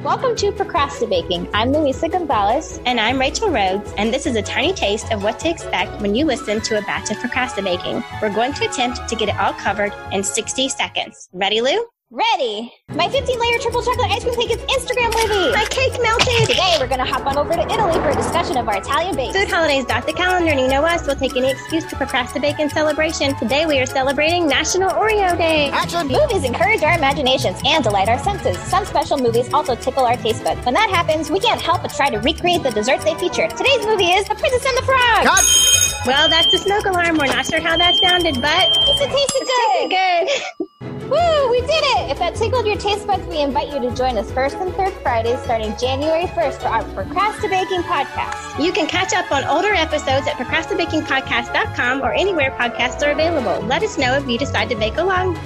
Welcome to Procrastinating. I'm Luisa Gonzalez. And I'm Rachel Rhodes, and this is a tiny taste of what to expect when you listen to a batch of procrastinating. We're going to attempt to get it all covered in 60 seconds. Ready, Lou? Ready! My 15 layer triple chocolate ice cream cake is Instagram worthy! My cake melted! Today we're gonna hop on over to Italy for a discussion of our Italian base. Food holidays dot the calendar, and you know us, we'll take any excuse to procrastinate in celebration. Today we are celebrating National Oreo Day! Action! Movies encourage our imaginations and delight our senses. Some special movies also tickle our taste buds. When that happens, we can't help but try to recreate the desserts they featured. Today's movie is The Princess and the Frog! Cut! Well, that's the smoke alarm. We're not sure how that sounded, but It's a taste of good! it's good. Woo! We did it! If that tickled your taste buds, we invite you to join us first and third Fridays starting January 1st for our Procrastinating podcast. You can catch up on older episodes at procrastinatepodcast.com or anywhere podcasts are available. Let us know if you decide to bake along.